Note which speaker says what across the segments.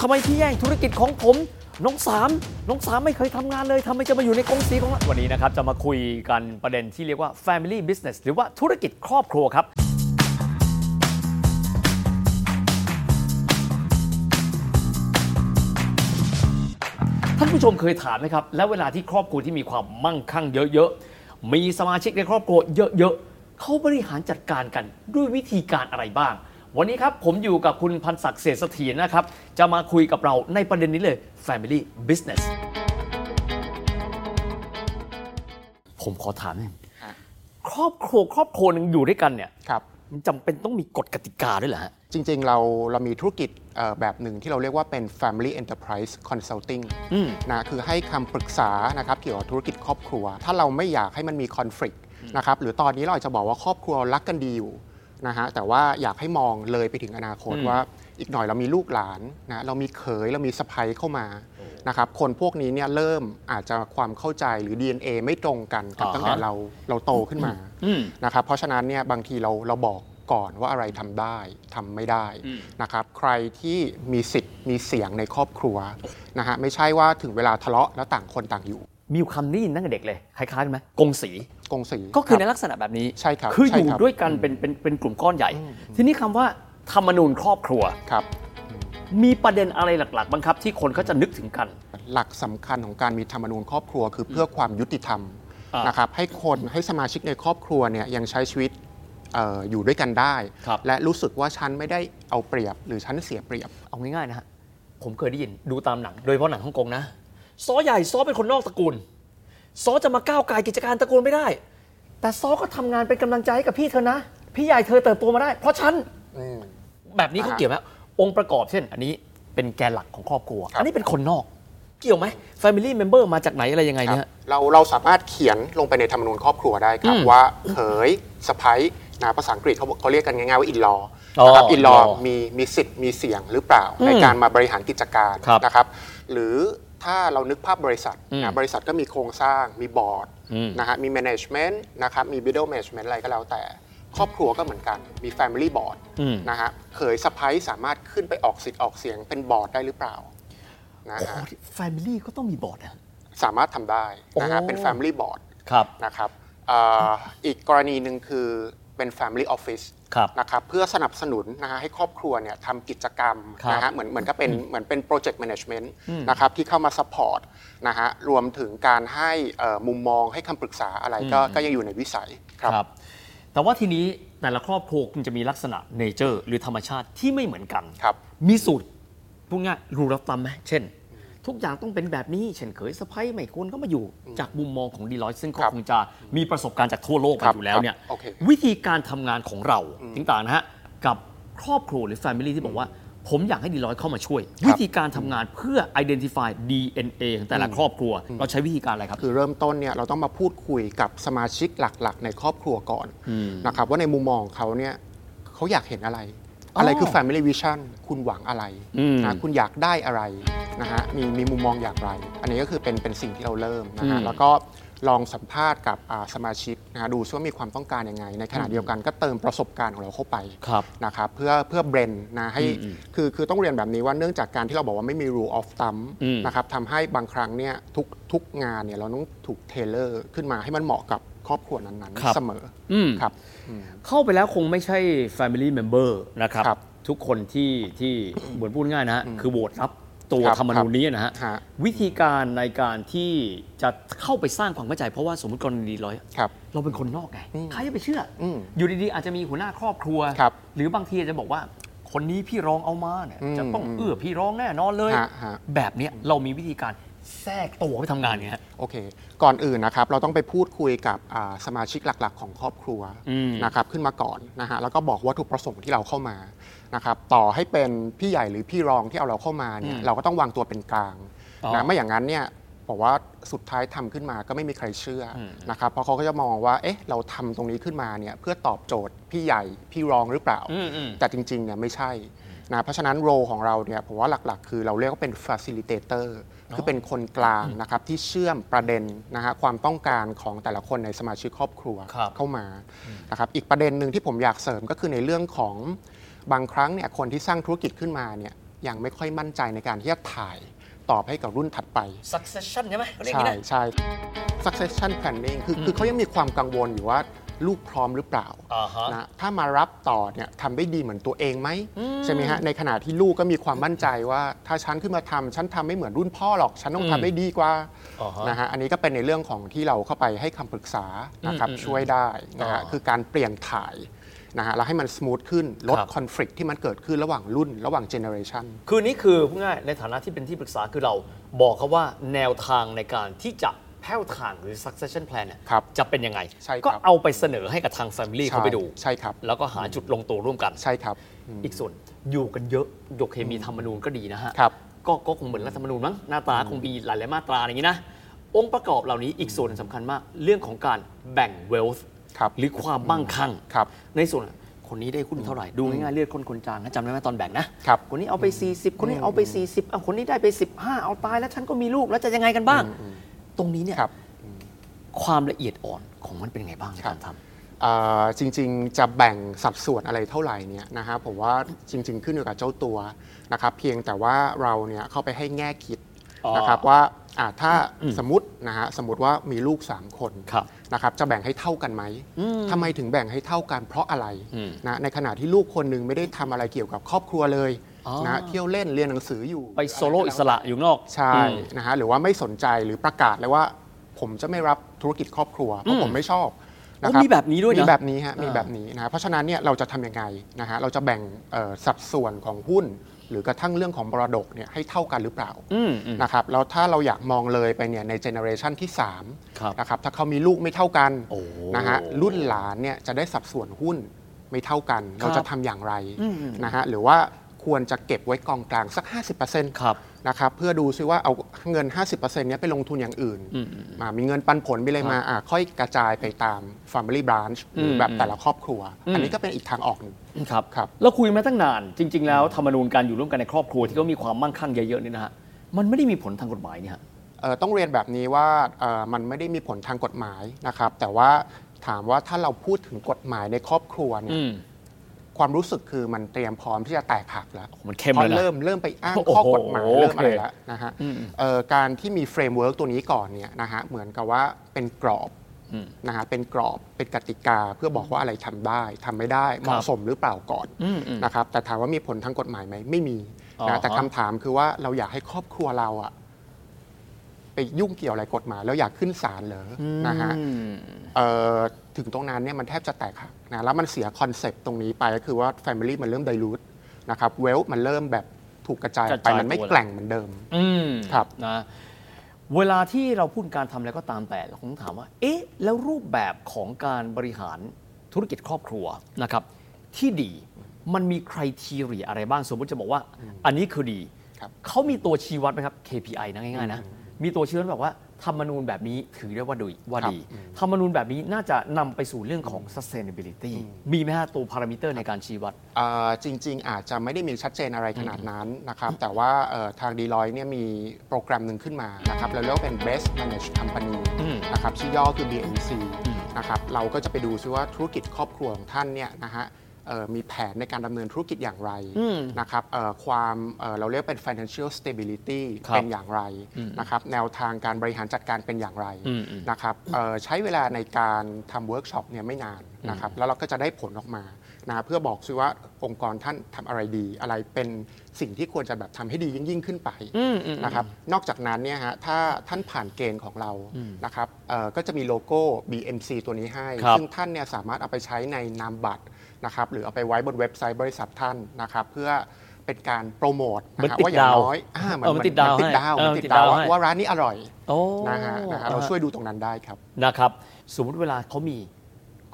Speaker 1: ทำไมพี่แย่งธุรกิจของผมน้องสามน้องสามไม่เคยทำงานเลยทำไมจะมาอยู่ในกองสีของเราวันนี้นะครับจะมาคุยกันประเด็นที่เรียกว่า family business หรือว่าธุรกิจครอบครัวครับ ท่านผู้ชมเคยถามไหมครับ แล้วเวลาที่ครอบครัวที่มีความมั่งคั่งเยอะๆ มีสมาชิกในครอบครัวเยอะๆ เขาบริหารจัดการกันด้วยวิธีการอะไรบ้าง วันนี้ครับผมอยู่กับคุณพันศักดิ์เศรษฐเสถียรนะครับ จะมาคุยกับเราในประเด็นนี้เลย Family Business ผมขอถามหน่อย
Speaker 2: ฮะ
Speaker 1: ครอบครัวครอบครัวหนึ่งอยู่ด้วยกันเนี่ย
Speaker 2: ครับ
Speaker 1: มันจำเป็นต้องมีกฎกติกาด้วยเหรอฮะ
Speaker 2: จริงๆ เราเรามีธุรกิจเอ่อแบบหนึ่งที่เราเรียกว่าเป็น Family Enterprise Consulting
Speaker 1: อืม
Speaker 2: นะคือให้คำปรึกษานะครับเกี่ยวกับธุรกิจครอบครัว ถ้าเราไม่อยากให้มันมีคอน FliCT นะครับหรือตอนนี้เราอาจจะบอกว่าครอบครัวรักกันดีอยู่นะฮะแต่ว่าอยากให้มองเลยไปถึงอนาคต
Speaker 1: อืม
Speaker 2: ว่า อีกหน่อยเรามีลูกหลานนะเรามีเขยเรามีสะใภ้เข้ามานะครับคนพวกนี้เนี่ยเริ่มอาจจะความเข้าใจหรือ DNA ไม่ตรงกันกับตั้งแต่เราเราโตขึ้นมา
Speaker 1: อืม
Speaker 2: นะครับเพราะฉะนั้นเนี่ยบางทีเราเราบอกก่อนว่าอะไรทำได้ทำไม่ได้
Speaker 1: อืม
Speaker 2: นะครับใครที่มีสิทธิ์มีเสียงในครอบครัวนะฮะไม่ใช่ว่าถึงเวลาทะเลาะแล้วต่างคนต่างอยู่
Speaker 1: มีคำนี้ยินตั้งแต่เด็กเลยคล้ายๆกันไหมกงสี
Speaker 2: กงสี
Speaker 1: ก็คือใน
Speaker 2: รับ
Speaker 1: ลักษณะแบบนี้
Speaker 2: ใช่ครับ
Speaker 1: คือ
Speaker 2: ใช่
Speaker 1: อยู่
Speaker 2: ครับ
Speaker 1: ด้วยกันเป็นเป็นเป็นกลุ่มก้อนใหญ่
Speaker 2: อืม
Speaker 1: ทีนี้คำว่าธรรมนูญครอบครัว
Speaker 2: ครับ
Speaker 1: มีประเด็นอะไรหลักๆบ้างครับ ที่คนเขาจะนึกถึงกัน
Speaker 2: หลักสำคัญของการมีธรรมนูญครอบครัว คือเพื่อความยุติธรรม
Speaker 1: อ่าน
Speaker 2: นะครับให้คนให้สมาชิกในครอบครัวเนี่ยยังใช้ชีวิตเอ่ออยู่ด้วยกันได้
Speaker 1: ครับ
Speaker 2: และรู้สึกว่าฉันไม่ได้เอาเปรียบ หรือฉันเสียเปรียบ
Speaker 1: เอาง่ายๆนะฮะผมเคยได้ยินดูตามหนัง โดยเฉพาะหนังฮ่องกงนะซอใหญ่ซอเป็นคนนอกตระกูลซอจะมาก้าวไกายกิจการตระกูลไม่ได้ แต่ซอก็ทำงานเป็นกำลังใจให้กับพี่เธอนะ พี่ใหญ่เธอเติบโตมาได้ เพราะฉันแบบนี้เขา
Speaker 2: อ่า
Speaker 1: เกี่ยวไหมองค์ประกอบเช่น อันนี้เป็นแกนหลักของครอบครัว อันนี้เป็นคนนอก เกี่ยวไหม Family Member มาจากไหนอะไรยังไงเนี่ย
Speaker 2: เราเราสามารถเขียนลงไปในธรรมนูญครอบครัวได้ครับ
Speaker 1: อืม
Speaker 2: ว่าเขยสะพ้ยนะภาษาอังกฤษเขาบอกเขาเรียกกันง่ายๆว่าอินลอ
Speaker 1: อ๋อ
Speaker 2: นะครับอินลอ
Speaker 1: in-law
Speaker 2: มีมีสิทธิ์มีเสียงหรือเปล่า ในการมาบริหารกิจการ
Speaker 1: ครับ
Speaker 2: นะครับ หรือถ้าเรานึกภาพบริษัท
Speaker 1: อืม
Speaker 2: นะบริษัทก็มีโครงสร้างมีบอร์ด
Speaker 1: อืม
Speaker 2: นะฮะมีแมネจเมนต์นะครับมีบิดเดิลแมจเมนต์อะไรก็แล้วแต่ ครอบครัวก็เหมือนกันมี Family Board
Speaker 1: อืม
Speaker 2: นะฮะเขยสะพ้ยสามารถขึ้นไปออกสิทธิ์ออกเสียงเป็นบอร์ดได้หรือเปล่านะฮะ
Speaker 1: แฟมิลี่ก็ต้องมีบอร์ดนะ
Speaker 2: สามารถทำได้นะฮะ
Speaker 1: โอ้
Speaker 2: เป็น Family Board
Speaker 1: ครับ
Speaker 2: นะครับเอ่ออีกกรณีหนึ่งคือเป็น Family Office
Speaker 1: ครับ
Speaker 2: นะครับเพื่อสนับสนุนนะฮะให้ครอบครัวเนี่ยทำกิจกรรม
Speaker 1: ครับ
Speaker 2: นะฮะเหมือนเหมือนก็เป็นเหมือนเป็นโปรเจกต์แมネจเมนต์
Speaker 1: อืม
Speaker 2: นะครับที่เข้ามาซัพพอร์ตนะฮะรวมถึงการให้เอ่อมุมมองให้คำปรึกษาอะไรก็
Speaker 1: อืม
Speaker 2: ก็ยังอยู่ในวิสัย
Speaker 1: ครับ แต่ว่าทีนี้แต่ละครอบครัวคุณจะมีลักษณะเนเจอร์ หรือธรรมชาติที่ไม่เหมือนกัน
Speaker 2: ครับ
Speaker 1: มีสูตรพูดง่ายรูรับตำไหมเช่น ทุกอย่างต้องเป็นแบบนี้ เช่นเคยสะพ้ยไม่ควรก็มาอยู่จากมุมมองของดีลอยซึ่งก็
Speaker 2: ครับ
Speaker 1: คงจะมีประสบการณ์จากทั่วโลก
Speaker 2: ครั
Speaker 1: มา
Speaker 2: บ
Speaker 1: อยู่แล้วเนี่ย
Speaker 2: ครับโอเค
Speaker 1: วิธีการทำงานของเราต่างๆนะฮะกับครอบครัวหรือ Family ที่บอกว่า ผมอยากให้ดีลอยเข้ามาช่วย วิธีการทำงานเพื่อ identify DNA ของแต่ละครอบครัว เราใช้วิธีการอะไรครับ
Speaker 2: คือเริ่มต้นเนี่ยเราต้องมาพูดคุยกับสมาชิกหลักๆ ในครอบครัวก่อนนะครับว่าในมุมมองของเขาเนี่ยเขาอยากเห็นอะไร
Speaker 1: อ๋ออ
Speaker 2: อะไรคือ Family Vision คุณหวังอะไร
Speaker 1: อืม
Speaker 2: นะคุณอยากได้อะไรนะฮะมีมีมุมมองอย่างไร อันนี้ก็คือเป็นเป็นสิ่งที่เราเริ่มนะ
Speaker 1: อื
Speaker 2: ฮะ
Speaker 1: ม
Speaker 2: แล้วก็ลองสัมภาษณ์กับอ่าสมาชิกนะฮะดูซิว่ามีความต้องการยังไง ในขณะเดียวกันก็เติมประสบการณ์ของเราเข้าไป
Speaker 1: ครับ
Speaker 2: นะครับเพื่อเพื่อเบรนนะให้คือคือต้องเรียนแบบนี้ว่าเนื่องจากการที่เราบอกว่าไม่มี rule of thumb
Speaker 1: อืม
Speaker 2: นะครับทำให้บางครั้งเนี่ยทุกทุกงานเนี่ยเราต้องถูกเทเลอร์ขึ้นมาให้มันเหมาะกับครอบครัวนั้น
Speaker 1: ครับ
Speaker 2: ๆ เสมอ
Speaker 1: อืม
Speaker 2: ครับ
Speaker 1: เข้าไปแล้วคงไม่ใช่ Family Member นะครับ
Speaker 2: ครับ
Speaker 1: ทุกคนที่ที่เหมือนพูดง่ายนะฮะคือโหวตรับตัว
Speaker 2: ครับ
Speaker 1: ธรรมนูญนี้นะฮะ
Speaker 2: ฮะ
Speaker 1: วิธีการในการที่จะเข้าไปสร้างความเข้าใจ เพราะว่าสมมติกรณีร้อย
Speaker 2: ครับ
Speaker 1: เราเป็นคนนอกไง
Speaker 2: อืม
Speaker 1: ใครจะไปเชื่ออ
Speaker 2: ม
Speaker 1: อยู่ดีๆ อาจจะมีหัวหน้าครอบครัว
Speaker 2: ครับ
Speaker 1: หรือบางทีอาจจะบอกว่า คนนี้พี่รองเอามาเนี่ย
Speaker 2: อืม
Speaker 1: จะต้องเอื้อพี่รองแน่นอนเลย
Speaker 2: ฮะฮะ
Speaker 1: แบบเนี้ยเรามีวิธีการแทรกตัวไปทำงานไงฮะ
Speaker 2: โอเค ก่อนอื่นนะครับเราต้องไปพูดคุยกับอ่าสมาชิกหลักๆ ของครอบครัว
Speaker 1: อืม
Speaker 2: นะครับขึ้นมาก่อนนะฮะแล้วก็บอกวัตถุประสงค์ที่เราเข้ามานะครับต่อให้เป็นพี่ใหญ่หรือพี่รองที่เอาเราเข้ามาเนี่ย
Speaker 1: อืม
Speaker 2: เราก็ต้องวางตัวเป็นกลาง
Speaker 1: อ๋อ
Speaker 2: นะไม่อย่างนั้นเนี่ยบอกว่าสุดท้ายทำขึ้นมาก็ไม่มีใครเชื่ออ
Speaker 1: ม
Speaker 2: นะครับเพราะเขาก็จะมองว่าเอ๊ะเราทำตรงนี้ขึ้นมาเนี่ยเพื่อตอบโจทย์พี่ใหญ่พี่รองหรือเปล่า
Speaker 1: อืมอืม
Speaker 2: แต่จริงๆ เนี่ยไม่ใช่นะเพราะฉะนั้นโรของเราเนี่ยผมว่าหลักๆ คือเราเรียกว่าเป็น facilitator คือเป็นคนกลางนะครับที่เชื่อมประเด็นนะฮะความต้องการของแต่ละคนในสมาชิกครอบครัว
Speaker 1: ครับ
Speaker 2: เข้ามานะครับอีกประเด็นหนึ่งที่ผมอยากเสริมก็คือในเรื่องของบางครั้งเนี่ยคนที่สร้างธุรกิจขึ้นมาเนี่ย ยังไม่ค่อยมั่นใจในการที่จะถ่ายตอบให้กับรุ่นถัดไป
Speaker 1: succession ใช่ไหมเขาเรียกอ
Speaker 2: ใช่
Speaker 1: ย่างนี้นะ
Speaker 2: ใช่ succession planning คืออ
Speaker 1: ม
Speaker 2: คือเขายังมีความกังวลอยู่ว่าลูกพร้อมหรือเปล่า
Speaker 1: อ่าฮะ
Speaker 2: นะถ้ามารับต่อเนี่ยทำได้ดีเหมือนตัวเองไหม
Speaker 1: อืม
Speaker 2: ใช่ไหมฮะในขณะที่ลูกก็มีความมั่นใจว่า ถ้าฉันขึ้นมาทำฉันทำไม่เหมือนรุ่นพ่อหรอก ฉันต้องทำได้ดีกว่า
Speaker 1: อ่าฮะ
Speaker 2: นะฮะอันนี้ก็เป็นในเรื่องของที่เราเข้าไปให้คำปรึกษานะครับ
Speaker 1: อืมอืม
Speaker 2: ช่วยได้นะฮะ
Speaker 1: อ๋อ
Speaker 2: คือการเปลี่ยนถ่ายนะฮะแล้วให้มันส ooth ขึ้นลด
Speaker 1: ครับ
Speaker 2: คอน FLICT ที่มันเกิดขึ้นระหว่างรุ่น ระหว่างเจเนอเรชัน
Speaker 1: คือนี่คือพูดง่ายในฐานะที่เป็นที่ปรึกษาคือเราบอกเขาว่าแนวทางในการที่จะแผ้วทางหรือ succession plan เนี่ย
Speaker 2: ครับ
Speaker 1: จะเป็นยังไง
Speaker 2: ใช่ครับ
Speaker 1: ก็เอาไปเสนอให้กับทาง family เขาไปดู
Speaker 2: ใช่ครับ
Speaker 1: แล้วก็หาจุดลงตัวร่วมกัน
Speaker 2: ใช่ครับอืม
Speaker 1: อีกส่วนอยู่กันเยอะโยเคมีธรรมนูญก็ดีนะฮะ
Speaker 2: ครับ
Speaker 1: ก็ก็คงเหมือนรัฐธรรมนูญมั้งหน้าตาคงมีหลายๆมาตราอย่างนี้นะ องค์ประกอบเหล่านี้อีกส่วนสำคัญมาก เรื่องของการแบ่ง wealth
Speaker 2: ครับ
Speaker 1: หรือความมั่งคั่ง
Speaker 2: ครับ
Speaker 1: ในส่วนคนนี้ได้หุ้นเท่าไหร่ ดูง่ายๆเลือดคนคนจางนะจำได้ไหมตอนแบ่งนะครับ นนี้เอาไป 40 คนนี้เอาไป 40เอาคนนี้ได้ไป 15 เอาตายแล้วฉันก็มีลูกแล้วจะยังไงกันบ้าง ตรงนี้เนี่ย
Speaker 2: ครับ
Speaker 1: ความละเอียดอ่อนของมันเป็นไงบ้างในการท
Speaker 2: เอ่อจริงๆ จะแบ่งสัดส่วนอะไรเท่าไหร่เนี่ยนะฮะผมว่าจริง ๆ ขึ้นอยู่กับเจ้าตัวนะครับเพียงแต่ว่าเราเนี่ยเข้าไปให้แง่คิด
Speaker 1: อ๋อ
Speaker 2: นะครับว่าอ่ะถ้าสมมตินะฮะสมมติว่ามีลูก 3 คน
Speaker 1: ครับ
Speaker 2: นะครับจะแบ่งให้เท่ากันไหมทำไมถึงแบ่งให้เท่ากันเพราะอะไร
Speaker 1: อืม
Speaker 2: นะในขณะที่ลูกคนหนึ่งไม่ได้ทำอะไรเกี่ยวกับครอบครัวเลย
Speaker 1: อ๋อ
Speaker 2: นะเที่ยวเล่นเรียนหนังสืออยู่
Speaker 1: ำไปโซโล่อิสระอยู่นอก
Speaker 2: ใช่
Speaker 1: อืม
Speaker 2: นะฮะหรือว่าไม่สนใจหรือประกาศเลยว่า ผมจะไม่รับธุรกิจครอบครัวเพราะผมไม่ชอบนะครั
Speaker 1: โอ้มีแบบนี้ด้วยนะ
Speaker 2: มีแบบ แบบนี้ฮะมีแบบนี้นะฮะเพราะฉะนั้นเนี่ยเราจะทำยังไงนะฮะเราจะแบ่งเอ่อสัดส่วนของหุ้น หรือกระทั่งเรื่องของบรดกเนี่ยให้เท่ากันหรือเปล่า
Speaker 1: อืมอืม
Speaker 2: นะครับแล้วถ้าเราอยากมองเลยไปเนี่ยในเจเนอเรชันที่
Speaker 1: ครับ
Speaker 2: 3นะครับถ้าเขามีลูกไม่เท่ากัน
Speaker 1: โอ้
Speaker 2: นะฮะรุ่นหลานเนี่ยจะได้สัดส่วนหุ้นไม่เท่ากัน
Speaker 1: ครับ
Speaker 2: เราจะทำอย่างไร
Speaker 1: อืม
Speaker 2: นะฮะหรือว่าควรจะเก็บไว้กองกลางสัก 50%
Speaker 1: ครับ
Speaker 2: นะครับเพื่อดูซิว่าเอาเงิน 50%เนี้ยไปลงทุนอย่างอื่นมามีเงินปันผลไปเลยมาอ่ะค่อยกระจายไปตาม Family Branch หรืออ
Speaker 1: ม
Speaker 2: แบบแต่ละครอบครัว
Speaker 1: อืม
Speaker 2: อันนี้ก็เป็นอีกทางออกหนึ่ง
Speaker 1: ครับ
Speaker 2: ครับ
Speaker 1: เราคุยมาตั้งนาน จริง ๆ แล้วธรรมนูญการอยู่ร่วมกันในครอบครัวที่เขามีความมั่งคั่งเยอะๆเนี่ยนะฮะมันไม่ได้มีผลทางกฎหมายเนี่ยฮะ
Speaker 2: เอ่อต้องเรียนแบบนี้ว่าเอ่อมันไม่ได้มีผลทางกฎหมายนะครับ แต่ว่าถามว่าถ้าเราพูดถึงกฎหมายในครอบครัวเนี่ยความรู้สึกคือมันเตรียมพร้อมที่จะแตกหักแล้ว
Speaker 1: มันเข้ม
Speaker 2: เพราะ
Speaker 1: แล้วนะ
Speaker 2: เริ่มเริ่มไปอ้าง
Speaker 1: โอ้โห
Speaker 2: ข้อกฎหมาย
Speaker 1: โอเค
Speaker 2: เริ่มอะไรแล้วนะฮะเอ่อการที่มีเฟรมเวิร์กตัวนี้ก่อนเนี่ยนะฮะเหมือนกับว่าเป็นกรอบ
Speaker 1: อืม
Speaker 2: นะฮะเป็นกรอบเป็นกติกาเพื่อบอกว่าอะไรทำได้ทำไม่ได้เห
Speaker 1: ค
Speaker 2: มาะ
Speaker 1: รับ
Speaker 2: สมหรือเปล่าก่อน
Speaker 1: อืมอืม
Speaker 2: นะครับแต่ถามว่ามีผลทางกฎหมายไหมไม่มี
Speaker 1: อ๋อ
Speaker 2: นะแต่
Speaker 1: ฮะ
Speaker 2: คำถามคือว่าเราอยากให้ครอบครัวเราอะไปยุ่งเกี่ยวอะไรกฎหมาย แล้วอยากขึ้นศาลเหรออนะฮะ
Speaker 1: อืม
Speaker 2: เอ่อถึงตรงนั้นเนี่ยมันแทบจะแตกหักนะแล้วมันเสียคอนเซปต์ตรงนี้ไปก็คือว่า Family มันเริ่มไดรูทนะครับเวลมันเริ่มแบบถูกกระจายออก
Speaker 1: ก
Speaker 2: ไป
Speaker 1: ระจาย
Speaker 2: มันไม่
Speaker 1: ตัว
Speaker 2: แกล่งเหมือนเดิม
Speaker 1: อืม
Speaker 2: ครับ
Speaker 1: นะเวลาที่เราพูดการทำอะไรก็ตามแต่เราคงต้องถามว่า เอ๊ะ แล้วรูปแบบของการบริหารธุรกิจครอบครัวนะครับ ที่ดีมันมีใครทีเรียอะไรบ้างสมมติจะบอกว่า อันนี้คือดี
Speaker 2: ครับ
Speaker 1: เขามีตัวชี้วัดไหมครับ KPI นะง่ายๆนะ มีตัวชี้วัดแบบว่าธรรมนูญแบบนี้ถือได้ว่าดีว่าดี ธรรมนูญแบบนี้น่าจะนำไปสู่เรื่องของ sustainability มีไหมฮะตัวพารามิเตอร์ในการชี้วัด
Speaker 2: เอ่อจริง ๆ อาจจะไม่ได้มีชัดเจนอะไรขนาดนั้นนะครับ แต่ว่าเอ่อทางดีลอยเนี่ยมีโปรแกรมหนึ่งขึ้นมานะครับเราเรียกว่าเป็น Best Managed Company
Speaker 1: อืม
Speaker 2: นะครับชื่อย่อคือ BMC นะครับเราก็จะไปดูซิว่าธุรกิจครอบครัวของท่านเนี่ยนะฮะเอ่อมีแผนในการดำเนินธุรกิจอย่างไร
Speaker 1: อืม
Speaker 2: นะครับเอ่อความเอ่อเราเรียกเป็น financial stability
Speaker 1: ครับ
Speaker 2: เป็นอย่างไรนะครับแนวทางการบริหารจัดการเป็นอย่างไร
Speaker 1: อืมอืม
Speaker 2: นะครับเอ่อใช้เวลาในการทำเวิร์กช็อปเนี่ยไม่นาน นะครับแล้วเราก็จะได้ผลออกมานะเพื่อบอกซิว่าองค์กรท่านทำอะไรดี อะไรเป็นสิ่งที่ควรจะแบบทำให้ดียิ่งยิ่งๆขึ้นไปนะครับนอกจากนั้นเนี่ยฮะถ้าท่านผ่านเกณฑ์ของเรานะครับเอ่อก็จะมีโลโก้ BMC ตัวนี้ให้
Speaker 1: ครับ
Speaker 2: ซึ่งท่านเนี่ยสามารถเอาไปใช้ในนามบัตรนะครับหรือเอาไปไว้บนเว็บไซต์บริษัทท่านนะครับเพื่อเป็นการโปรโมท
Speaker 1: เหมือน
Speaker 2: ฮ
Speaker 1: ติด
Speaker 2: ว่าอย่า
Speaker 1: ดาง ว
Speaker 2: น้อยอ่าเหมือน
Speaker 1: เออมันติดดาว
Speaker 2: มันติด
Speaker 1: ให้
Speaker 2: ดาว
Speaker 1: เออ
Speaker 2: มัน
Speaker 1: มันติ
Speaker 2: ติ
Speaker 1: ด
Speaker 2: ดดาว
Speaker 1: ดาว
Speaker 2: ว่า
Speaker 1: ให้
Speaker 2: ว่าร้านนี้อร่อย
Speaker 1: โอ้
Speaker 2: นะฮะนะครับเราช่วยดูตรงนั้นได้ครับ
Speaker 1: นะครับ สมมติเวลาเขามี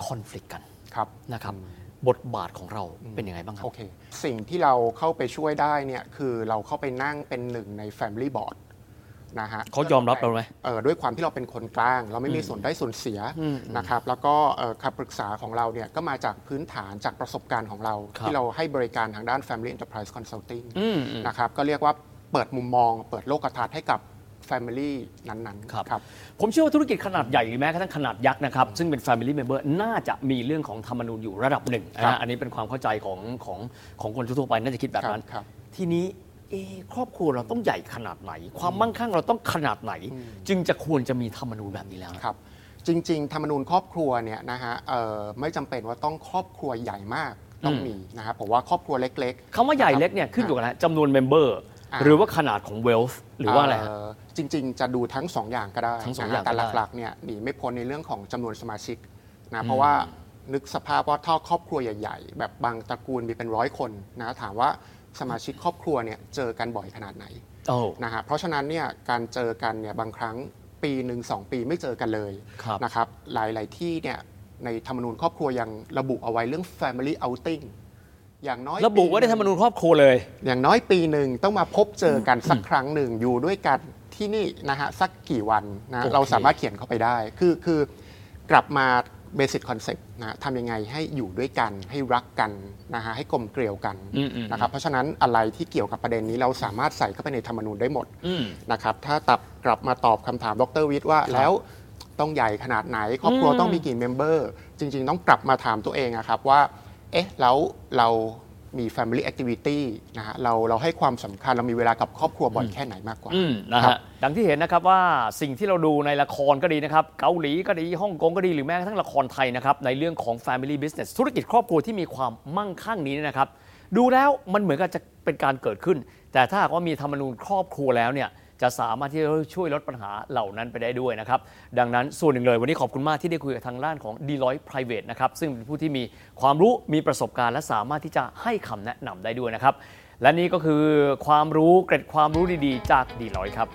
Speaker 1: คอน FLICT กัน
Speaker 2: ครับ
Speaker 1: นะครับบทบาทของเราเป็นยังไงบ้างครั
Speaker 2: โอบ เค สิ่งที่เราเข้าไปช่วยได้เนี่ยคือเราเข้าไปนั่งเป็นหนึ่งใน Family Board นะฮะ
Speaker 1: เขายอมรับเราไหม
Speaker 2: เออด้วยความที่เราเป็นคนกลาง เราไม่มีส่วนได้ส่วนเสียนะครับแล้วก็เอ่อคำปรึกษาของเราเนี่ยก็มาจากพื้นฐานจากประสบการณ์ของเรา
Speaker 1: ครับ
Speaker 2: ที่เราให้บริการทางด้าน Family Enterprise Consulting
Speaker 1: อืม
Speaker 2: นะครับก็เรียกว่าเปิดมุมมอง เปิดโลกทัศน์ให้กับ Family นั้นๆ
Speaker 1: ครับ ผมเชื่อว่าธุรกิจขนาดใหญ่หรือแม้กระทั่งขนาดยักษ์นะครับ ซึ่งเป็น Family Member น่าจะมีเรื่องของธรรมนูญอยู่ระดับหนึ่งนะ
Speaker 2: ครั
Speaker 1: ฮะ
Speaker 2: บ
Speaker 1: อันนี้เป็นความเข้าใจของของของคนทั่วๆไปน่าจะคิดแบบนั้น
Speaker 2: ครับครับ
Speaker 1: ทีนี้ เอะครอบครัวเราต้องใหญ่ขนาดไหน ความมั่งคั่งเราต้องขนาดไหน จึงจะควรจะมีธรรมนูญแบบนี้แล้วนะครับ
Speaker 2: จริง ๆ ธรรมนูญครอบครัวเนี่ยนะฮะเอ่อไม่จำเป็นว่าต้องครอบครัวใหญ่มากต้องมีนะครับผมว่าครอบครัวเล็ก ๆ
Speaker 1: คำว่าใหญ่เล็กเนี่ยขึ้นอยู่กับอะไรจำนวนเมมเบอร์
Speaker 2: อ่า
Speaker 1: หรือว่าขนาดของเวลส์หรือว่าอะไรฮะ
Speaker 2: เจริง ๆ จะดูทั้ง 2 อย่างก็ได้
Speaker 1: ทั้งสอง
Speaker 2: นะฮะ
Speaker 1: อย่างก็
Speaker 2: แต่
Speaker 1: ได้
Speaker 2: หลักๆเนี่ยหนีไม่พ้นในเรื่องของจำนวนสมาชิกนะเพราะว่านึกสภาพว่าถ้าครอบครัวใหญ่ ๆ แบบบางตระกูลมีเป็นร้อยคนนะถามว่าสมาชิกครอบครัวเนี่ยเจอกันบ่อยขนาดไหนนะฮะเพราะฉะนั้นเนี่ยการเจอกันเนี่ยบางครั้งปีหนึ่งสองปีไม่เจอกันเลย
Speaker 1: ครับ
Speaker 2: นะครับหลายๆที่เนี่ยในธรรมนูญครอบครัวยังระบุเอาไว้เรื่อง Family Outing อย่างน้อย
Speaker 1: ระบุ
Speaker 2: ปี
Speaker 1: ไว่าได้
Speaker 2: ห
Speaker 1: ธรรม
Speaker 2: ง
Speaker 1: นูญครอบครัวเลย
Speaker 2: อย่างน้อยปีหนึ่งต้องมาพบเจอกันสักครั้งหนึ่งอยู่ด้วยกันที่นี่นะฮะสักกี่วันนะ
Speaker 1: โอเค
Speaker 2: เราสามารถเขียนเข้าไปได้ คือคือกลับมาเบสิ c คอนเซ็ปต์นะทำยังไงให้อยู่ด้วยกัน ให้รักกันนะฮะให้กลมเกลียวกัน
Speaker 1: อืมอืม
Speaker 2: นะครับเพราะฉะนั้นอะไรที่เกี่ยวกับประเด็นนี้เราสามารถใส่เข้าไปในธรรมนูญได้หมด
Speaker 1: อืม
Speaker 2: นะครับถ้าตับกลับมาตอบคำถามดรวิทย์ว่าแล้วต้องใหญ่ขนาดไหน ครอบครัว
Speaker 1: อืม
Speaker 2: ต้องมีกี่เมมเบอร์จริง ๆ ต้องกลับมาถามตัวเองอะครับว่าเอ๊ะแล้วเรามี Family Activity นะฮะเราเราให้ความสำคัญเรามีเวลากับครอบครัวบ่อยแค่ไหนมากกว่า
Speaker 1: อืมนะ
Speaker 2: ครั
Speaker 1: ฮะ
Speaker 2: บ
Speaker 1: ดังที่เห็นนะครับว่าสิ่งที่เราดูในละครก็ดีนะครับ เกาหลีก็ดีฮ่องกงก็ดีหรือแม้กระทั่งละครไทยนะครับ ในเรื่องของ Family Business ธุรกิจครอบครัวที่มีความมั่งคั่งนี้เนี่ยนะครับ ดูแล้วมันเหมือนกับจะเป็นการเกิดขึ้น แต่ถ้าหากว่ามีธรรมนูญครอบครัวแล้วเนี่ยจะสามารถที่จะช่วยลดปัญหาเหล่านั้นไปได้ด้วยนะครับ ดังนั้นส่วนหนึ่งเลย วันนี้ขอบคุณมากที่ได้คุยกับทางด้านของ Deloitte Private นะครับซึ่งเป็นผู้ที่มีความรู้มีประสบการณ์ และสามารถที่จะให้คำแนะนำได้ด้วยนะครับและนี่ก็คือความรู้เกร็ดความรู้ดีๆ จาก Deloitte ครับ